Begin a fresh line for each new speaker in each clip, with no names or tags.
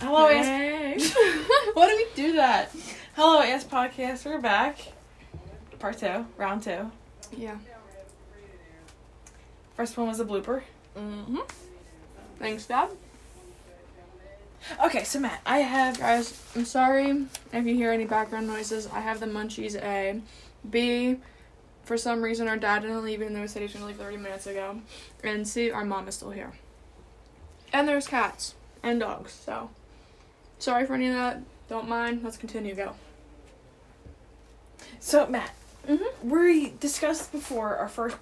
Hello, Ass.
Yay.
Why do we do that? Hello, Ass Podcast. We're back. Part two, round two.
yeah.
First one was a blooper.
Mm-hmm. Thanks, Dad.
Okay, so Matt, I have.
Guys, I'm sorry if you hear any background noises. I have the munchies, A. B, for some reason our dad didn't leave even though he said he was going to leave 30 minutes ago. And C, our mom is still here. And there's cats and dogs, so. Sorry for any of that. Don't mind. Let's continue. Go.
So Matt,
Mm-hmm.
we discussed before our first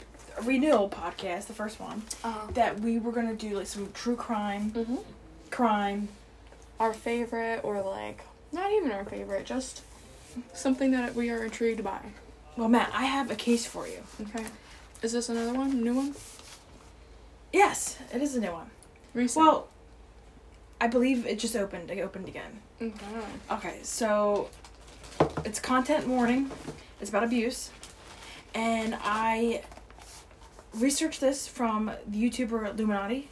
renewal podcast, the first one,
Uh,
that we were gonna do like some true crime,
mm-hmm.
crime.
our favorite or like not even our favorite just something that we are intrigued by
Well, Matt, I have a case for you.
okay is this another one new one
Yes, it is a new one.
recent
Well, I believe it just opened. It opened again.
okay.
Okay, so it's content warning. It's about abuse, and I researched this from the YouTuber Illuminati.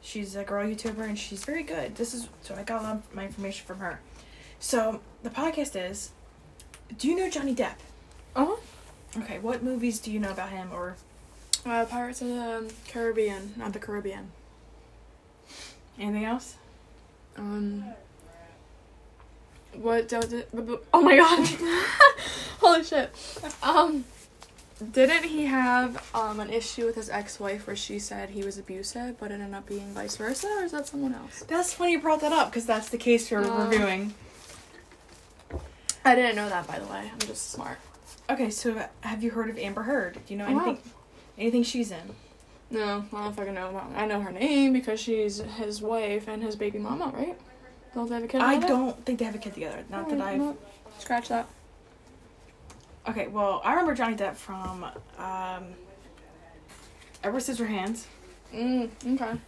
She's a girl YouTuber, and she's very good. This is so I got a lot of my information from her. So the podcast is, do you know Johnny Depp?
uh-huh
Okay, what movies do you know about him? Or
uh, pirates of the caribbean not the caribbean
anything else?
um what does it bu- bu- oh my god holy shit um didn't he have um an issue with his ex-wife where she said he was abusive but ended up being vice versa or is that someone else
That's funny you brought that up because that's the case we're
Oh.
reviewing.
i didn't know that by the way i'm just smart
Okay, so have you heard of Amber Heard? Do you know
Oh, wow.
anything? Anything she's in?
No, I don't fucking know about. I know her name because she's his wife and his baby mama, right? Don't they have a kid?
I
together?
don't think they have a kid together. Not that
Alright,
I've.
well, Oh, Scratch that.
Okay, well, I remember Johnny Depp from um, Ever Scissorhands.
Mm, okay.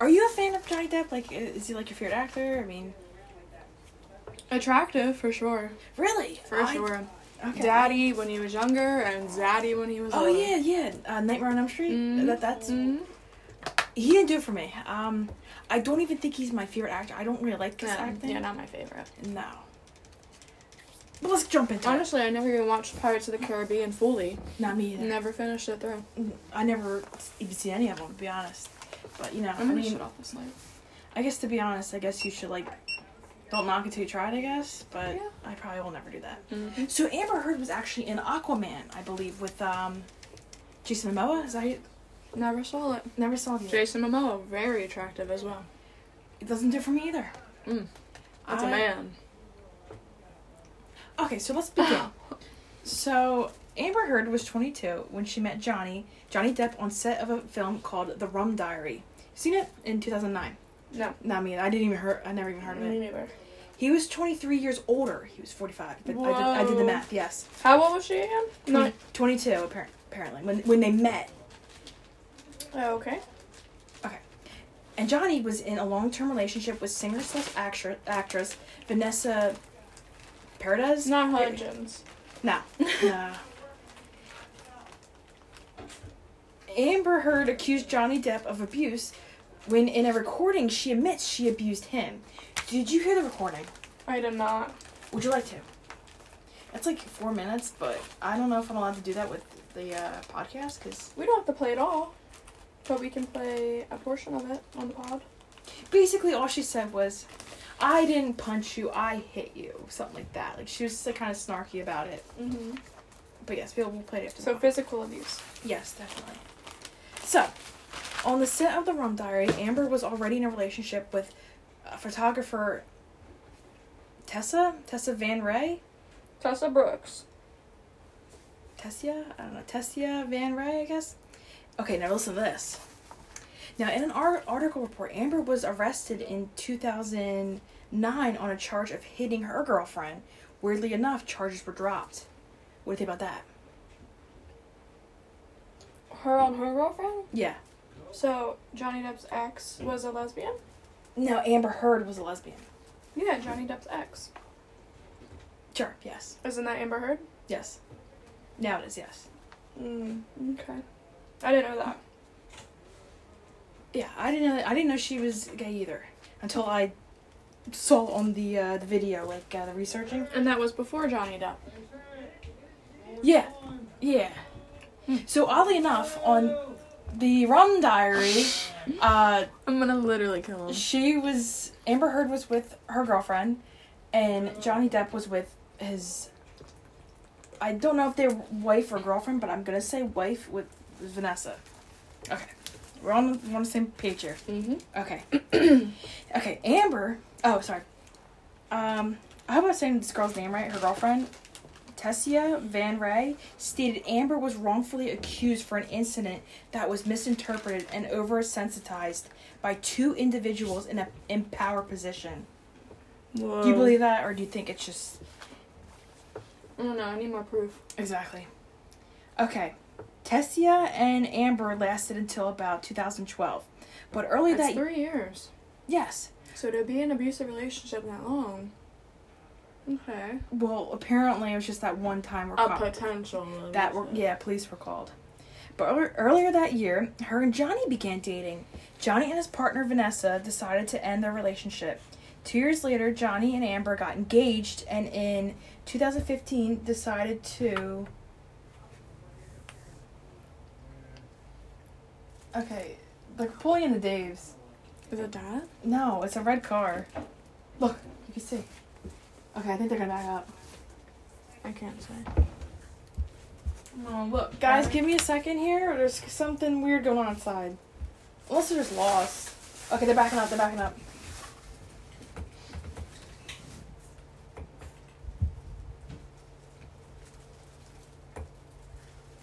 Are you a fan of Johnny Depp? Like, i- is he like your favorite actor? I mean,
Attractive for sure.
really?
For
I-
sure.
Okay.
Daddy when he was younger and zaddy when he was
Oh
older.
yeah, yeah. Uh, Nightmare on Elm Street.
Mm.
That that's
Mm.
he didn't do it for me. Um, I don't even think he's my favorite actor. I don't really like this
Yeah,
acting.
yeah, not my favorite.
No. But let's jump into it.
Honestly, I never even watched Pirates of the Caribbean fully.
Not me either.
Never finished it through.
I never even seen any of them, to be honest. But you know, I
I'm gonna
mean,
shut off this light.
I guess to be honest, I guess you should like don't knock it till you try it, I guess. But
Yeah.
I probably will never do that.
Mhm.
So Amber Heard was actually in Aquaman, I believe, with um Jason Momoa. Is that you?
Never saw it.
Never saw him. yet.
Jason Momoa, very attractive as well.
It doesn't do for me either.
Mm. That's a
I-
man.
Okay, so let's begin. so Amber Heard was 22 when she met Johnny Johnny Depp on set of a film called The Rum Diary. Seen it in 2009.
No.
Not me. I didn't even heard. I never even heard of
Me
it.
neither.
He was 23 years older. He was 45. But I, did, I did the
Whoa.
math. Yes.
How old was she again?
Twen- 22 appar- apparently when when they met.
Oh, okay.
And Johnny was in a long-term relationship with singer slash actress, actress Vanessa Paradis.
It's not Hudgens.
No. no. Amber Heard accused Johnny Depp of abuse when, in a recording, she admits she abused him. Did you hear the recording?
I did not.
Would you like to? It's like four minutes, but I don't know if I'm allowed to do that with the uh, podcast because
We don't have to play it all, but we can play a portion of it on the pod.
basically all she said was, "I didn't punch you, I hit you," something like that. Like she was kind of snarky about it.
Mm-hmm.
But yes, we'll, we'll play it. After
So
the-
physical abuse.
Yes, definitely. So, on the set of the Rum Diary, Amber was already in a relationship with uh, photographer Tessa Tessa Van Ray
Tessa Brooks.
Tessia I don't know Tessia Van Ray I guess. Okay, now listen to this. Now, in an ar- article report, Amber was arrested in 2009 on a charge of hitting her girlfriend. Weirdly enough, charges were dropped. What do you think about that?
Her on her girlfriend.
Yeah.
So Johnny Depp's ex was a lesbian.
No, Amber Heard was a lesbian.
Yeah, Johnny Depp's ex.
Sure. Yes.
Isn't that Amber Heard?
Yes. Now it is yes.
Mm. Okay. I didn't know that.
Yeah, I didn't know. I didn't know she was gay either until I saw on the uh, the video, like uh, the researching.
And that was before Johnny Depp.
Yeah, yeah. So oddly enough, on the Rum Diary, uh,
I'm gonna literally kill him.
she was Amber Heard was with her girlfriend, and Johnny Depp was with his. I don't know if they're wife or girlfriend, but I'm gonna say wife with with Vanessa. Okay, we're on we're on the same page here.
Mm-hmm.
Okay. okay, Amber. Oh, sorry. Um, I hope I'm saying this girl's name right. Her girlfriend, Tessia Van Ray, stated Amber was wrongfully accused for an incident that was misinterpreted and oversensitized by two individuals in a in power position. Do
Oh.
you believe that, or do you think it's just
I don't know. Oh, I need more proof.
exactly? Okay, Tessia and Amber lasted until about 2012, but early
That's
that
three years.
yes,
So to be in an abusive relationship that long. Okay.
well apparently it was just that one time. where
A
cop-
potential.
That were yeah, police were called. But ear- earlier that year, her and Johnny began dating. Johnny and his partner Vanessa decided to end their relationship. Two years later, Johnny and Amber got engaged, and in 2015 decided to. Okay, like pulling in the Daves.
Is it that?
No, it's a red car. Look, you can see. Okay, I think they're gonna back up.
I can't say.
Oh, look, guys,
Alright.
give me a second here. There's something weird going on outside. Unless they're just lost. Okay, they're backing up. They're backing up.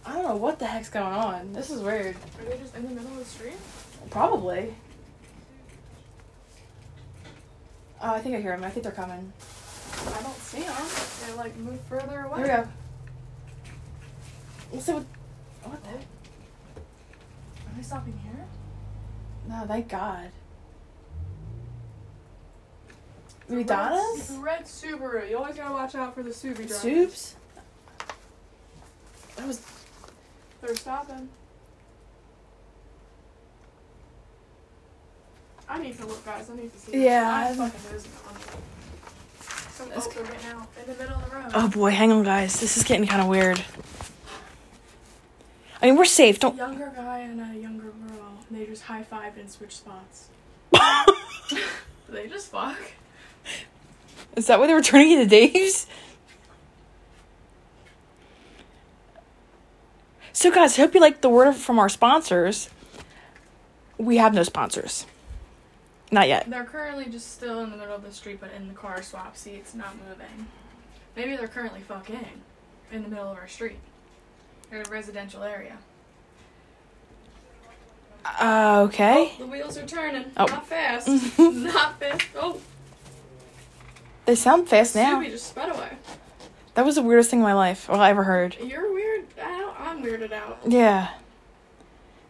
I don't know what the heck's going on. This is weird.
Are they just in the middle of the street?
Probably. Oh, I think I hear them. I think they're coming.
I don't see them. They like move further away.
There we go. Let's see what. What the? heck?
Are they stopping here?
No, thank God. Maybe Donna's?
Red Subaru. You always gotta watch out for the Subaru drivers.
Soups? That was.
They're stopping. I need to look, guys. I need to see. this.
Yeah,
I
I'm-
fucking losing it on me. Some
That's
Ultra right now in the middle of the road.
Oh boy, hang on, guys. This is getting kind of weird. I mean, we're safe.
A
Don't.
younger guy and a younger girl. and They just high fived and switched spots. They just fuck.
is that why they were turning into Dave's? So, guys, I hope you like the word from our sponsors. We have no sponsors. Not yet.
They're currently just still in the middle of the street, but in the car swap seats, not moving. Maybe they're currently fucking in the middle of our street. They're in a residential area.
Uh, okay.
The wheels are turning.
Oh.
Not fast. not fast. Oh,
They sound fast now.
Subi just sped away.
That was the weirdest thing in my life, or I ever heard.
You're weird. I don't, I'm weirded out.
Yeah.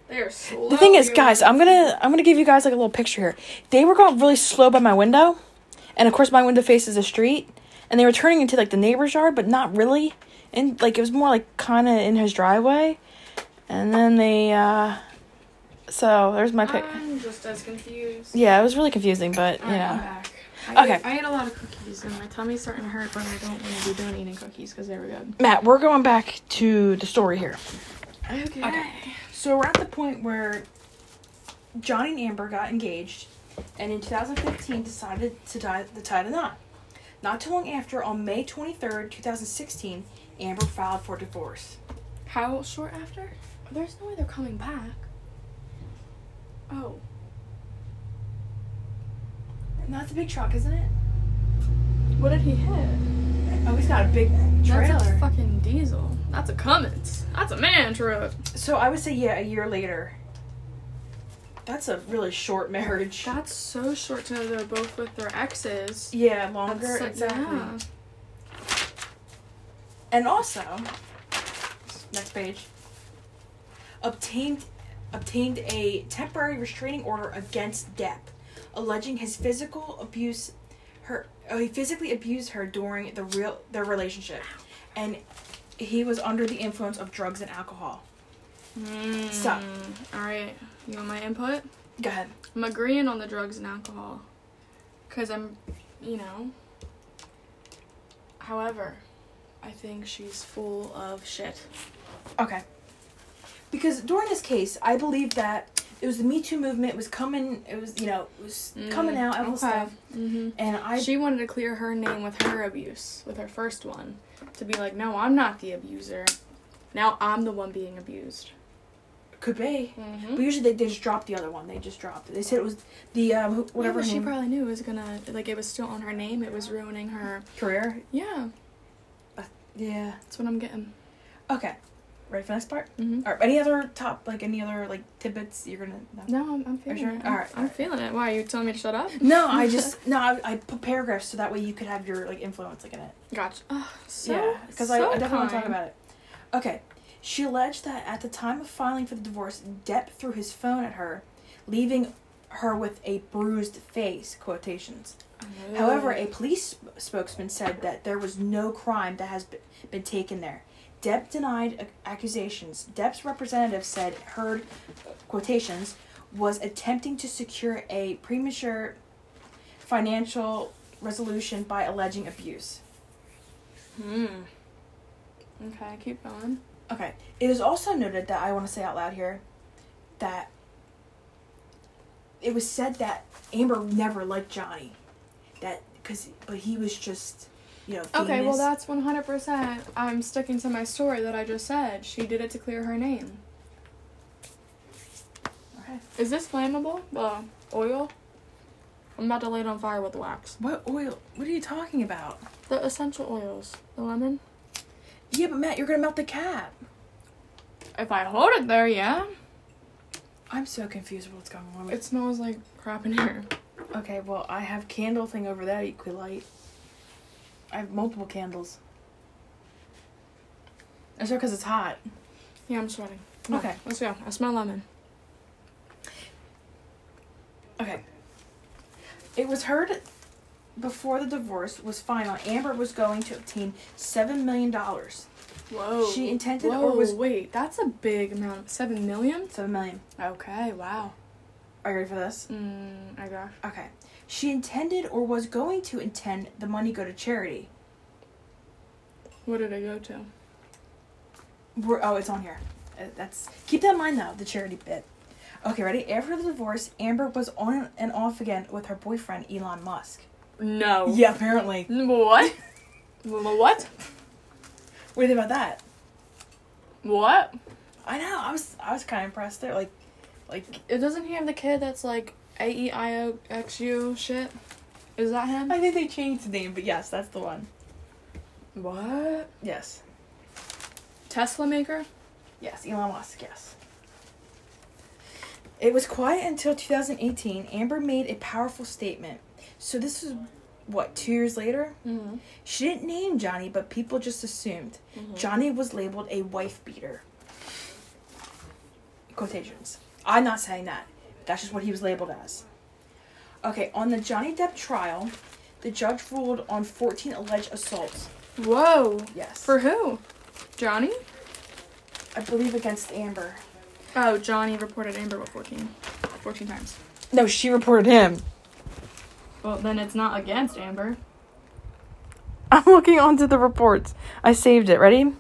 They are slow.
The thing is, guys, I'm
movers.
gonna I'm gonna give you guys like a little picture here. They were going really slow by my window, and of course my window faces the street, and they were turning into like the neighbor's yard, but not really, and like it was more like kind of in his driveway, and then they uh, so there's my pic.
I'm just as confused.
Yeah, it was really confusing, but
Alright, I'm
yeah.
back. I
Okay.
Ate, I ate a lot of cookies, and my tummy's starting to hurt, but I don't want to be done eating cookies because they were good.
Matt, we're going back to the story here.
Okay.
So we're at the point where Johnny and Amber got engaged, and in 2015 decided to tie the tie the knot. Not too long after, on May 23rd, 2016, Amber filed for divorce.
How short after? There's no way they're coming back. Oh.
And that's a big truck, isn't it?
What did he hit?
Oh, he's got a big
That's a
trailer.
fucking diesel. That's a Cummins. That's a man truck.
so I would say, yeah, a year later. That's a really short marriage.
That's so short to know they're both with their exes.
Yeah,
That's
longer
so-
exactly.
yeah.
And also, next page, obtained obtained a temporary restraining order against Depp, alleging his physical abuse. Her oh, he physically abused her during the real their relationship, and he was under the influence of drugs and alcohol.
Mm.
Stop.
All right. You want my input?
Go ahead.
I'm agreeing on the drugs and alcohol. Because I'm you know. However, I think she's full of shit.
Okay. Because during this case, I believe that it was the Me Too movement was coming. It was you know it was
Mm.
coming out all this stuff,
hmm
and I
she wanted to clear her name with her abuse, with her first one, to be like, no, I'm not the abuser. Now I'm the one being abused.
could be.
Mm-hmm.
But usually they, they just dropped the other one. They just dropped it. They said it was the um, who- whatever
Whatever she
name-
probably knew it was gonna like it was still on her name. It was ruining her.
career.
Yeah,
Yeah.
that's what I'm getting.
Okay. Ready for the next part?
Mm-hmm.
Or any other top like any other like tidbits you're gonna? No.
No, I'm, I'm feeling
sure?
it.
All right,
I'm
all right.
feeling it. Why are you telling me to shut up?
No, I just no. I, I put paragraphs so that way you could have your like influence like in it.
Gotcha. Oh, so
because
so
I, I definitely want to
kind.
talk about it. Okay, she alleged that at the time of filing for the divorce, Depp threw his phone at her, leaving her with a bruised face. Quotations.
Oh.
However, a police sp- spokesman said that there was no crime that has b- been taken there. Depp denied ac- accusations. Depp's representative said Heard, quotations, was attempting to secure a premature financial resolution by alleging abuse.
Hmm. Okay, keep going.
Okay. It is also noted that I want to say out loud here that it was said that Amber never liked Johnny. That because but he was just you know famous.
Okay, well that's one hundred percent. I'm sticking to my story that I just said. She did it to clear her name.
Okay.
Is this flammable? Uh, oil. I'm about to light on fire with wax.
What oil? What are you talking about?
The essential oils. The lemon.
Yeah, but Matt, you're gonna melt the cap.
If I hold it there, yeah.
I'm so confused with what's going on.
It smells like crap in here.
okay, well I have candle thing over there you could light. I have multiple candles. That's because it's hot.
Yeah, I'm sweating. Come on,
Okay.
let's go. I smell lemon.
Okay. It was heard before the divorce was final, Amber was going to obtain seven million dollars.
Whoa.
She intended
Whoa.
or was
wait, that's a big amount. Seven million.
seven million.
Okay. Wow.
Are you ready for this?
Mm, I got.
Okay. She intended or was going to intend the money go to charity.
What did I go to?
We're, oh, it's on here. Uh, That's keep that in mind though. The charity bit. Okay, ready? After the divorce, Amber was on and off again with her boyfriend Elon Musk.
No.
Yeah, apparently.
N- What? Wh- what?
What do you think about that?
What?
I know. I was I was kind of impressed there. Like, like
It doesn't he have the kid that's like A E I O X U shit? Is that him?
I think they changed the name, but yes, that's the one.
What?
Yes.
Tesla maker?
Yes, Elon Musk, yes. It was quiet until 2018. Amber made a powerful statement. So this was what, two years later?
Mm-hmm.
She didn't name Johnny, but people just assumed. Johnny was labeled a wife beater. Quotations. I'm not saying that. That's just what he was labeled as. Okay, on the Johnny Depp trial, the judge ruled on 14 alleged assaults.
Whoa.
Yes.
For who? Johnny?
I believe against Amber.
Oh, Johnny reported Amber what 14? 14 times.
No, she reported him.
Well, then it's not against Amber.
I'm looking onto the reports. I saved it. Ready?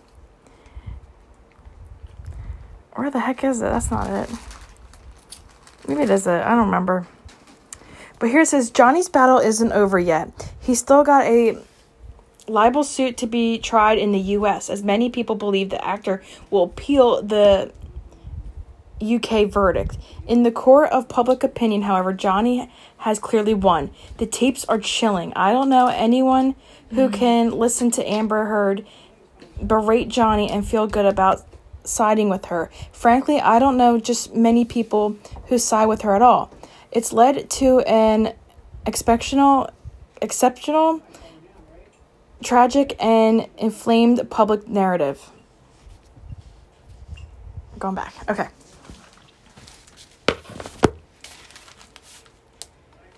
Where the heck is it? That's not it. Maybe it is it. I don't remember. But here it says Johnny's battle isn't over yet. He's still got a libel suit to be tried in the U.S., as many people believe the actor will appeal the UK verdict. In the court of public opinion, however, Johnny has clearly won. The tapes are chilling. I don't know anyone who can listen to Amber Heard berate Johnny and feel good about siding with her. Frankly, I don't know just many people who side with her at all. It's led to an exceptional, exceptional, tragic, and inflamed public narrative. Going back. Okay.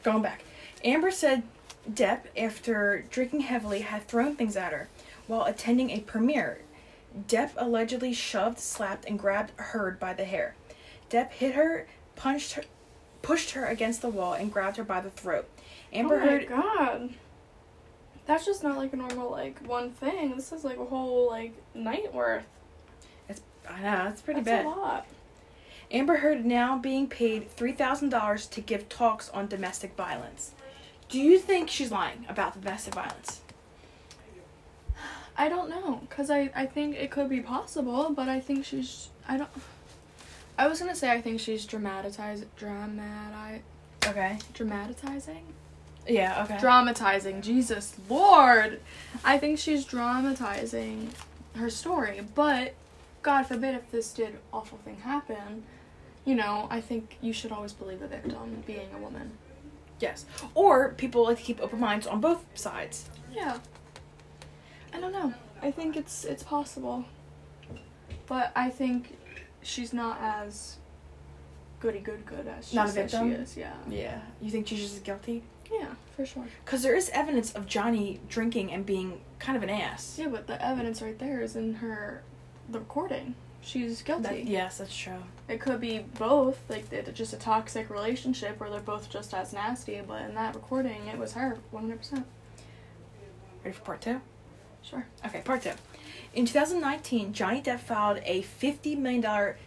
Going back. Amber said Depp, after drinking heavily, had thrown things at her while attending a premiere. Depp allegedly shoved, slapped, and grabbed Heard by the hair. Depp hit her, punched her, pushed her against the wall, and grabbed her by the throat. Amber Heard
Oh god. That's just not like a normal like one thing. This is like a whole like night worth.
I know, that's pretty bad.
That's a lot.
Amber Heard now being paid $3,000 to give talks on domestic violence. Do you think she's lying about domestic violence?
I don't know, cause I I think it could be possible, but I think she's I don't. I was gonna say I think she's dramatizing, dramati-
Okay.
dramatizing,
Yeah, okay.
dramatizing. Jesus Lord, I think she's dramatizing her story. But God forbid if this did awful thing happen, you know I think you should always believe the victim being a woman.
yes. Or people like to keep open minds on both sides.
Yeah. I don't know. I think it's it's possible. But I think she's not as goody good good as she
Not a
says she
victim?
is. Yeah.
Yeah. You think she's just guilty?
Yeah, for sure.
Because there is evidence of Johnny drinking and being kind of an ass.
Yeah, but the evidence right there is in her the recording. She's guilty.
That- yes, that's true.
It could be both, like it's just a toxic relationship where they're both just as nasty, but in that recording it was her 100%.
Ready for part two?
Sure.
Okay, part two. In 2019, Johnny Depp filed a $50 million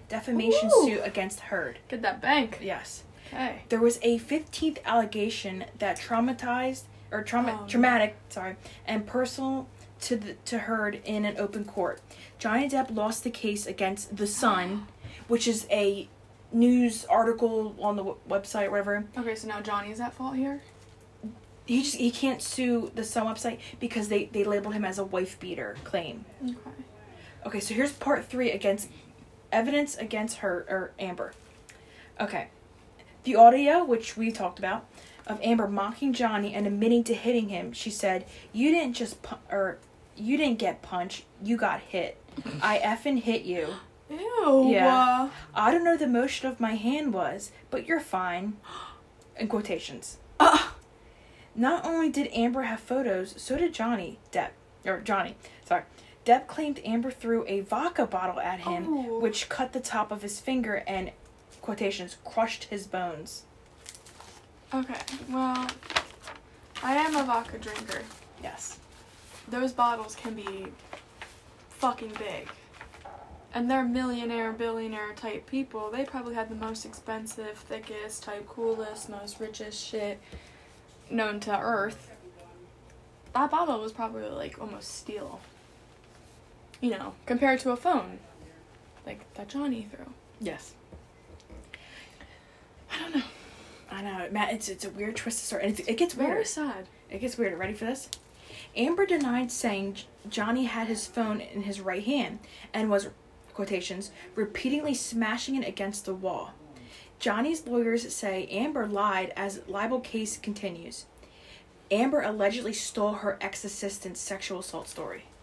defamation
Ooh.
suit against Heard.
Get that bank.
Yes.
Okay.
There was a 15th allegation that traumatized or trauma
Oh, no.
traumatic, sorry, and personal to the, to Heard in an open court. Johnny Depp lost the case against The Sun, which is a news article on the w- website whatever.
Okay, so now Johnny's at fault here.
He just he can't sue The Sun website because they they labeled him as a wife beater claim.
Okay.
Okay, so here's part three against evidence against her or Amber. Okay. The audio, which we talked about, of Amber mocking Johnny and admitting to hitting him, she said, You didn't just pu- or you didn't get punched, you got hit. I effing hit you.
Ew.
Yeah. I don't know the motion of my hand was, but you're fine. In quotations.
Uh,
Not only did Amber have photos, so did Johnny Depp. Or Johnny, sorry. Depp claimed Amber threw a vodka bottle at him,
Oh.
which cut the top of his finger and, quotations, crushed his bones.
Okay, well, I am a vodka drinker.
Yes.
Those bottles can be fucking big. And they're millionaire, billionaire type people. They probably had the most expensive, thickest, type coolest, most richest shit known to earth. That bottle was probably like almost steel. You know, compared to a phone. Like that Johnny threw.
Yes. I don't know. I know, Matt. It's it's a weird twist to start, and it, it gets
It's very
weird.
sad.
It gets weird. Ready for this? Amber denied saying J- Johnny had his phone in his right hand and was, quotations, repeatedly smashing it against the wall. Johnny's lawyers say Amber lied as libel case continues. Amber allegedly stole her ex assistant's sexual assault story.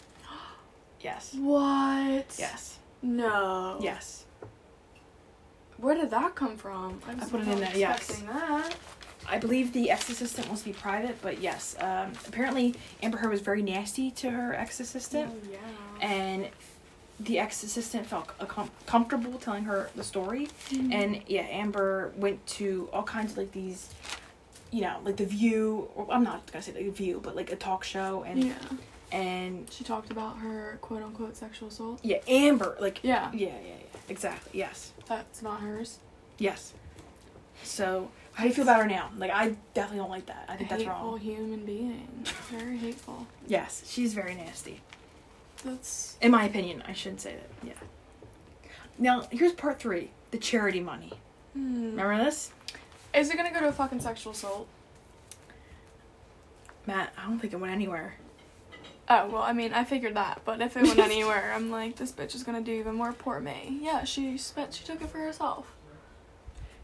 Yes.
What?
Yes.
No.
Yes.
Where did that come from? I, was
put it in
not
there, yes.
expecting that.
I believe the ex assistant wants to be private, but yes. Um, apparently, Amber Heard was very nasty to her ex assistant.
Oh, yeah.
and the ex assistant felt c- com- comfortable telling her the story. And yeah, Amber went to all kinds of like these, you know, like the View. Or I'm not gonna say like the View, but like a talk show and
yeah,
and
she talked about her quote unquote sexual assault.
yeah, Amber. Like
Yeah,
yeah, yeah, yeah, exactly. Yes,
that's not hers.
yes. So how do you feel about her now? Like I definitely don't like that. I think that's
hateful
wrong.
human being. Very hateful.
Yes, she's very nasty.
That's
In my opinion, I shouldn't say that. Yeah. Now here's part three: the charity money.
hmm.
Remember this?
Is it gonna go to a fucking sexual assault?
Matt, I don't think it went anywhere.
Oh well, I mean, I figured that. But if it went anywhere, I'm like, this bitch is gonna do even more. Poor me. Yeah, she spent. She took it for herself.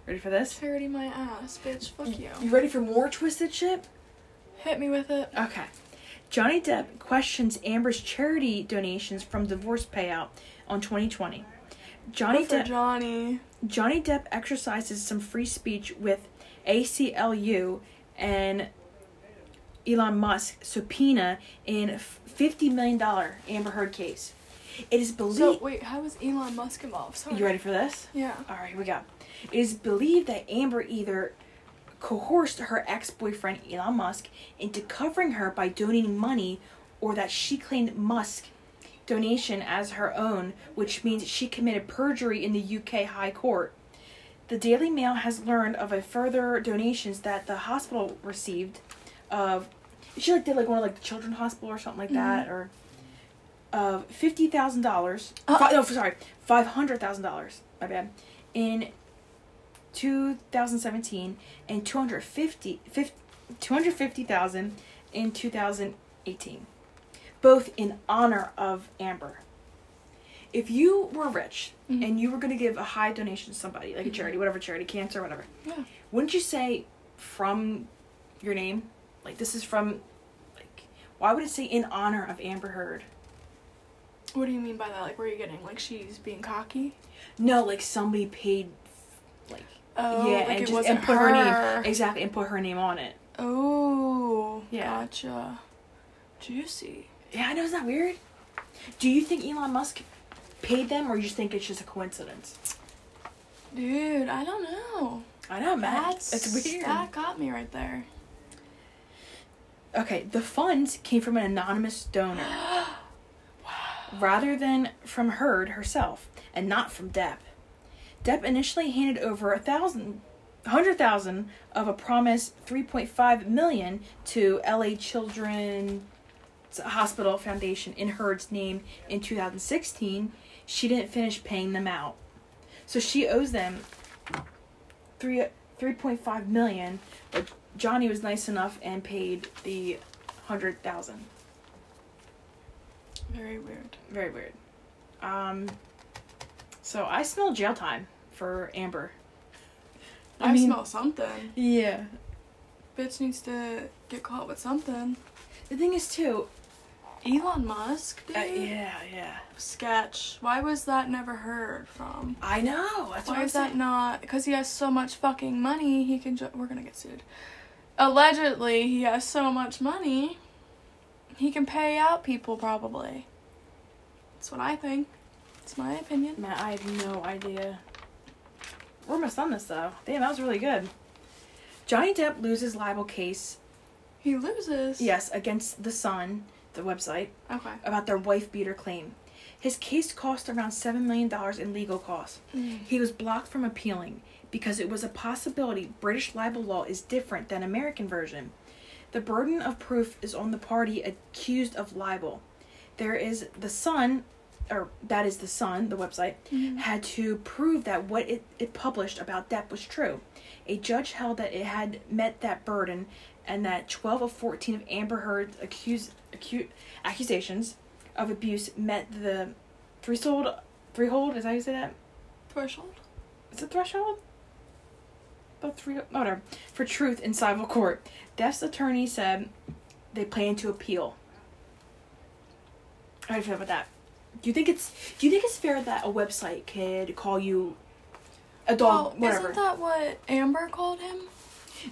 Ready for this?
Charity my ass, bitch. Fuck you.
You ready for more twisted shit?
Hit me with it.
Okay. Johnny Depp questions Amber's charity donations from divorce payout on 2020. Johnny
Good for
Depp
Johnny.
Johnny Depp exercises some free speech with ACLU and Elon Musk subpoena in f- 50 million dollar Amber Heard case. It is believed
So wait, how is Elon Musk involved? Sorry.
You ready for this?
Yeah.
All right, here we go. It is believed that Amber either coerced her ex boyfriend Elon Musk into covering her by donating money or that she claimed Musk donation as her own, which means she committed perjury in the UK High Court. The Daily Mail has learned of a further donations that the hospital received of she like did like one of like the children's hospital or something like that or of fifty thousand dollars.
Uh,
No, sorry, five hundred thousand dollars. My bad. In 2017 and 250 fif- 250,000 in 2018 both in honor of Amber. If you were rich
Mhm.
and you were going to give a high donation to somebody, like a
Mhm.
charity, whatever charity, cancer, whatever,
Yeah.
wouldn't you say from your name? Like, this is from, like, why would it say in honor of Amber Heard?
What do you mean by that? Like, where are you getting? Like, she's being cocky?
No, like somebody paid, like,
Oh,
yeah,
like
and
it
just
wasn't
and put her.
her.
name exactly and put her name on it.
Oh,
Yeah.
gotcha. Juicy.
Yeah, I know. Is that weird? Do you think Elon Musk paid them, or you just think it's just a coincidence?
Dude, I don't know.
I know, man.
That's
it's weird.
That got me right there.
Okay, the funds came from an anonymous donor. Rather than from Heard herself, and not from Depp. Depp initially handed over a thousand, hundred thousand of a promised three point five million to LA Children's Hospital Foundation in Heard's name in two thousand sixteen. She didn't finish paying them out, so she owes them three three point five million. But Johnny was nice enough and paid the hundred thousand.
Very weird.
Very weird. Um, so I smell jail time for Amber.
I,
I mean-
smell something.
Yeah.
Bitch needs to get caught with something.
The thing is, too.
Elon Musk, dude.
Uh, yeah, yeah.
Sketch. Why was that never heard from?
I know. That's what
Why
I'm
is that
saying.
not? Because he has so much fucking money, he can. Ju- we're gonna get sued. Allegedly, he has so much money, he can pay out people probably. That's what I think. It's my opinion.
Man, I have no idea. We're almost done this though. Damn, that was really good. Johnny Depp loses libel case.
He loses.
Yes, against the Sun, the website.
Okay.
about their wife beater claim. His case cost around $7 million in legal costs. He was blocked from appealing because it was a possibility British libel law is different than American version. The burden of proof is on the party accused of libel. There is the Sun, or that is the Sun, the website,
Mm-hmm.
had to prove that what it, it published about Depp was true. A judge held that it had met that burden and that 12 of 14 of Amber Heard's accused, accu- accusations of abuse met the threshold. Threehold? Is that how you say that?
Threshold.
Is it threshold? About three. oh, Whatever. For truth in civil court. Depp's attorney said they plan to appeal. How do you feel about that? Do you think it's do you think it's fair that a website could call you a dog
well,
whatever?
isn't that what Amber called him?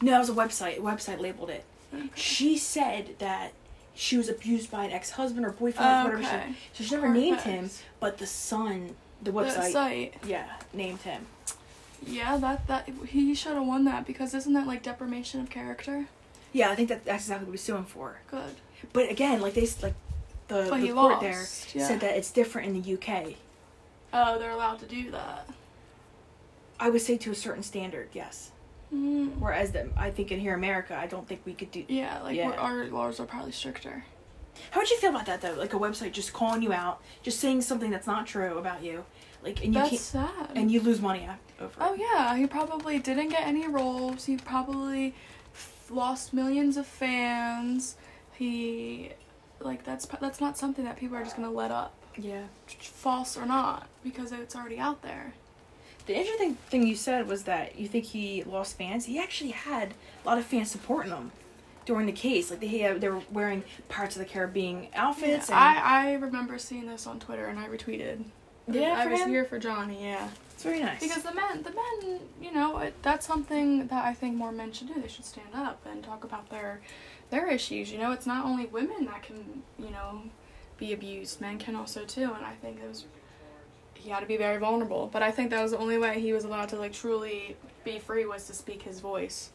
no, it was a website. A website labeled it. She said that she was abused by an ex husband or boyfriend or whatever she
Okay.
so she never named him,
Perfect.
but the son the
The
website
site.
yeah, named him.
Yeah, that that he should have won that because isn't that like deprivation of character?
Yeah, I think that that's exactly what we suing for.
Good.
But again, like they s- like the,
But
the
he
court
lost.
there
yeah.
said that it's different in the UK.
Oh, they're allowed to do that.
I would say to a certain standard, yes.
Mm.
Whereas the, I think in here America, I don't think we could do.
Yeah, like
Yeah.
We're, our laws are probably stricter.
How would you feel about that though? Like a website just calling you out, just saying something that's not true about you, like and you
That's
can't,
sad.
and you lose money af- over.
oh
it.
yeah, he probably didn't get any roles. He probably f- lost millions of fans. He, like that's pro- that's not something that people are just gonna let up,
yeah.
false or not, because it's already out there.
The interesting thing you said was that you think he lost fans. He actually had a lot of fans supporting him during the case. Like they had, they were wearing Pirates of the Caribbean outfits. and,
I I remember seeing this on Twitter and I retweeted.
Yeah,
I
for
was
him?
here for Johnny. Yeah.
it's very nice.
Because the men, the men, you know, it- that's something that I think more men should do. They should stand up and talk about their their issues. You know, it's not only women that can, you know, be abused. Men can also too. And I think it was he had to be very vulnerable. But I think that was the only way he was allowed to like truly be free was to speak his voice.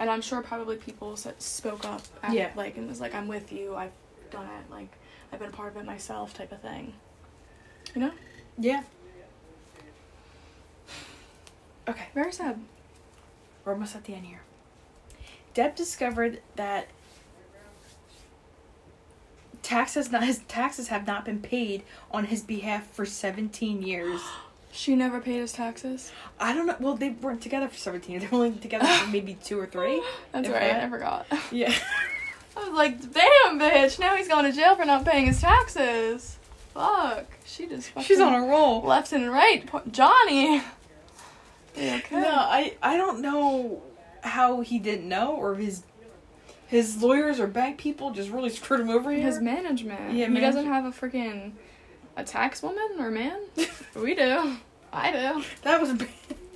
and I'm sure probably people s- spoke up, at,
Yeah.
like and was like, "I'm with you. I've done it. Like I've been a part of it myself," type of thing. You know,
Yeah. Okay.
very sad.
We're almost at the end here. Deb discovered that taxes not his taxes have not been paid on his behalf for 17 years.
She never paid his taxes.
I don't know. Well, they weren't together for 17 years. They were only together for maybe two or three.
That's
If
right.
that-
I forgot.
Yeah.
I was like, "Damn, bitch! Now he's going to jail for not paying his taxes." Fuck. She just. Fucking
She's on a roll.
left and right, po- Johnny. You okay?
No, I I don't know how he didn't know or if his his lawyers or bank people just really screwed him over here.
His management.
Yeah,
he doesn't
manage-
have a freaking a tax woman or man. we do. I do.
that was bad.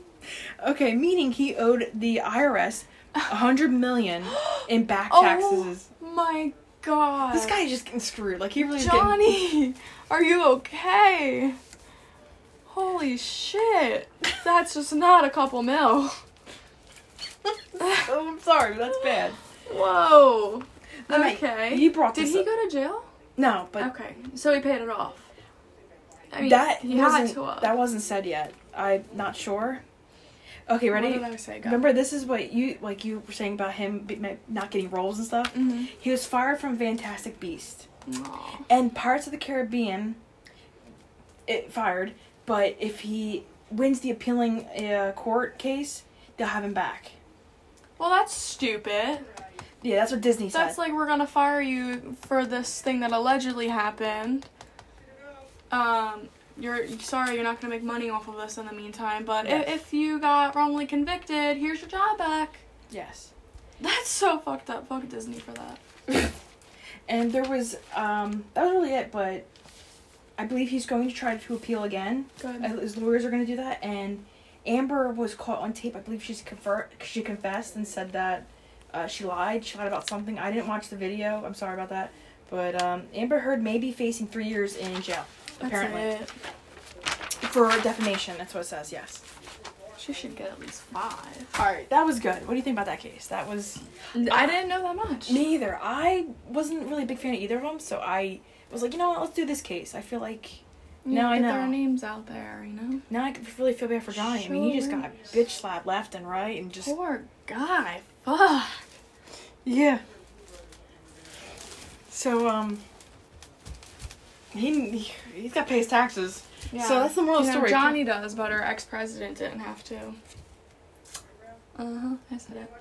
okay. Meaning he owed the IRS a hundred million in back
Oh.
taxes.
My God.
This guy is just getting screwed. Like he really is getting-
Johnny, are you okay? Holy shit. That's just not a couple mil.
oh, I'm sorry, but that's bad.
Whoa.
I mean,
Okay.
you brought
Did
this
he
up.
go to jail?
No, but
okay. So he paid it off. I mean,
that
he had
wasn't
to. have.
that wasn't said yet. I'm not sure. Okay,
What
ready?
did I say? Go.
Remember, this is what you like. You were saying about him be- ma- not getting roles and stuff.
Mhm.
He was fired from Fantastic Beast
Aw.
and Pirates of the Caribbean. It fired, but if he wins the appealing uh, court case, they'll have him back.
Well, that's stupid.
Yeah, that's what Disney
That's
said.
like we're gonna fire you for this thing that allegedly happened. Um, you're sorry, you're not gonna make money off of this in the meantime. But
Yeah.
if, if you got wrongly convicted, here's your job back.
yes,
That's so fucked up. Fuck Disney for that.
and there was um that was really it, but I believe he's going to try to appeal again.
Good.
Uh, His lawyers are going to do that, and Amber was caught on tape. I believe she's confer- she confessed and said that uh, she lied. She lied about something. I didn't watch the video. I'm sorry about that. But um, Amber Heard may be facing three years in jail, apparently,
That's it.
for defamation. That's what it says. Yes.
She should get at least five.
All right, that was good. What do you think about that case? That was
I didn't know that much.
me either. I wasn't really a big fan of either of them, so I was like, you know what, let's do this case. I feel like
You
Now I
get There
know.
are names out there, you know.
now I could really feel bad for Johnny. I mean, he just got
Sure.
bitch slapped left and right, and just
Poor guy. Fuck.
Yeah. So um. He he's got to pay his taxes. So that's the moral of
You
the
know,
story.
Johnny does, but our ex president didn't have to. Uh huh. I said it.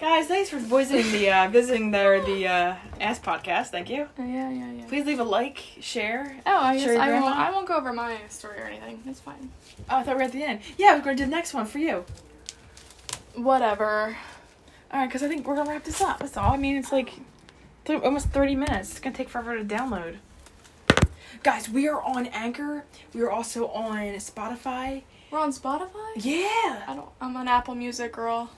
Guys, thanks for voicing the uh, visiting their the uh, ass podcast. Thank you.
Oh, yeah, yeah, yeah.
Please leave a like, share.
Oh, I
Sure,
guess I
Grandma?
won't, I won't go over my story or anything. It's fine.
Oh, I thought we were at the end. Yeah, we're going to do the next one for you.
Whatever.
All right, because I think we're gonna wrap this up. That's all. I mean, it's like th- almost thirty minutes. It's gonna take forever to download. Guys, we are on Anchor. We are also on Spotify.
We're on Spotify?
Yeah,
I don't, I'm an Apple Music girl.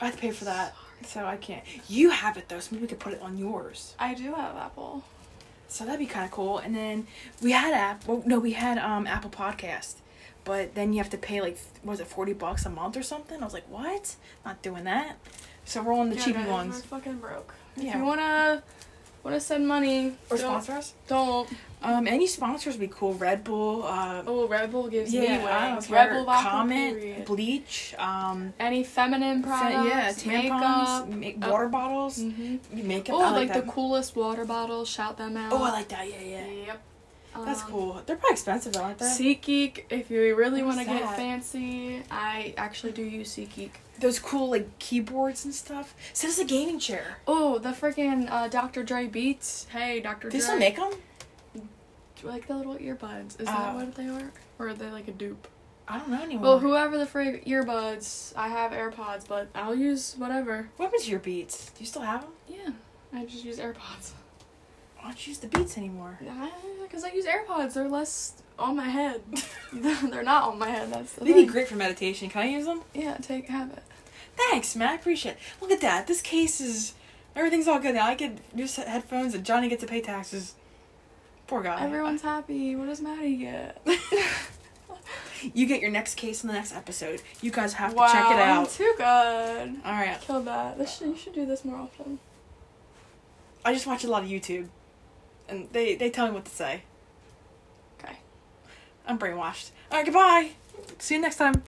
I have to pay for that. So I can't. You have it though, so maybe we could put it on yours.
I do have Apple.
So that'd be kind of cool. And then we had app. Well, no, we had um Apple Podcast, but then you have to pay like what was it forty bucks a month or something? I was like, what? Not doing that. So we're on the
Yeah,
cheapy
guys,
ones.
We're fucking broke. If
Yeah.
you wanna wanna send money
or
don't,
sponsors?
Don't.
Um, any sponsors would be cool. Red Bull. Uh,
Oh, Red Bull gives
yeah.
me
I don't
wings.
care.
Red Bull vodka,
Comment.
period.
Bleach. Um.
Any feminine
fa- yeah.
products,
Tampons.
makeup.
ma-
uh,
water bottles.
Mm-hmm.
Makeup.
Oh,
I
like,
like,
the
that.
coolest water bottles. Shout them out.
Oh, I like that. Yeah, yeah.
Yep.
That's
Um,
cool. They're probably expensive though, aren't they?
SeatGeek, if you really
What's
want to get
that?
fancy, I actually do use SeatGeek.
those cool like keyboards and stuff. Send us a gaming chair.
Oh, the freaking uh, Dr. Dre Beats. Hey, Dr.
Do you
Dre.
still make them?
like the little earbuds. Is
Oh.
that what they are? Or are they like a dupe?
I don't know anymore.
Well, whoever the frig earbuds, I have AirPods, but I'll use whatever.
what was your Beats? Do you still have them?
Yeah, I just use AirPods.
I don't use the Beats anymore.
Because I use AirPods, they're less on my head. they're not on my head. That's the
They'd be
thing.
great for meditation. Can I use them?
Yeah, take have it.
Thanks, man. I appreciate it. Look at that. This case is everything's all good now. I get new set headphones and Johnny gets to pay taxes. Poor guy. Uh,
Everyone's happy. What does Maddie get?
You get your next case in the next episode. You guys have to check it
I'm
out.
Too good.
All right.
Kill that. This should, you should do this more often.
I just watch a lot of YouTube, and they they tell me what to say.
Okay.
I'm brainwashed. All right. Goodbye. See you next time.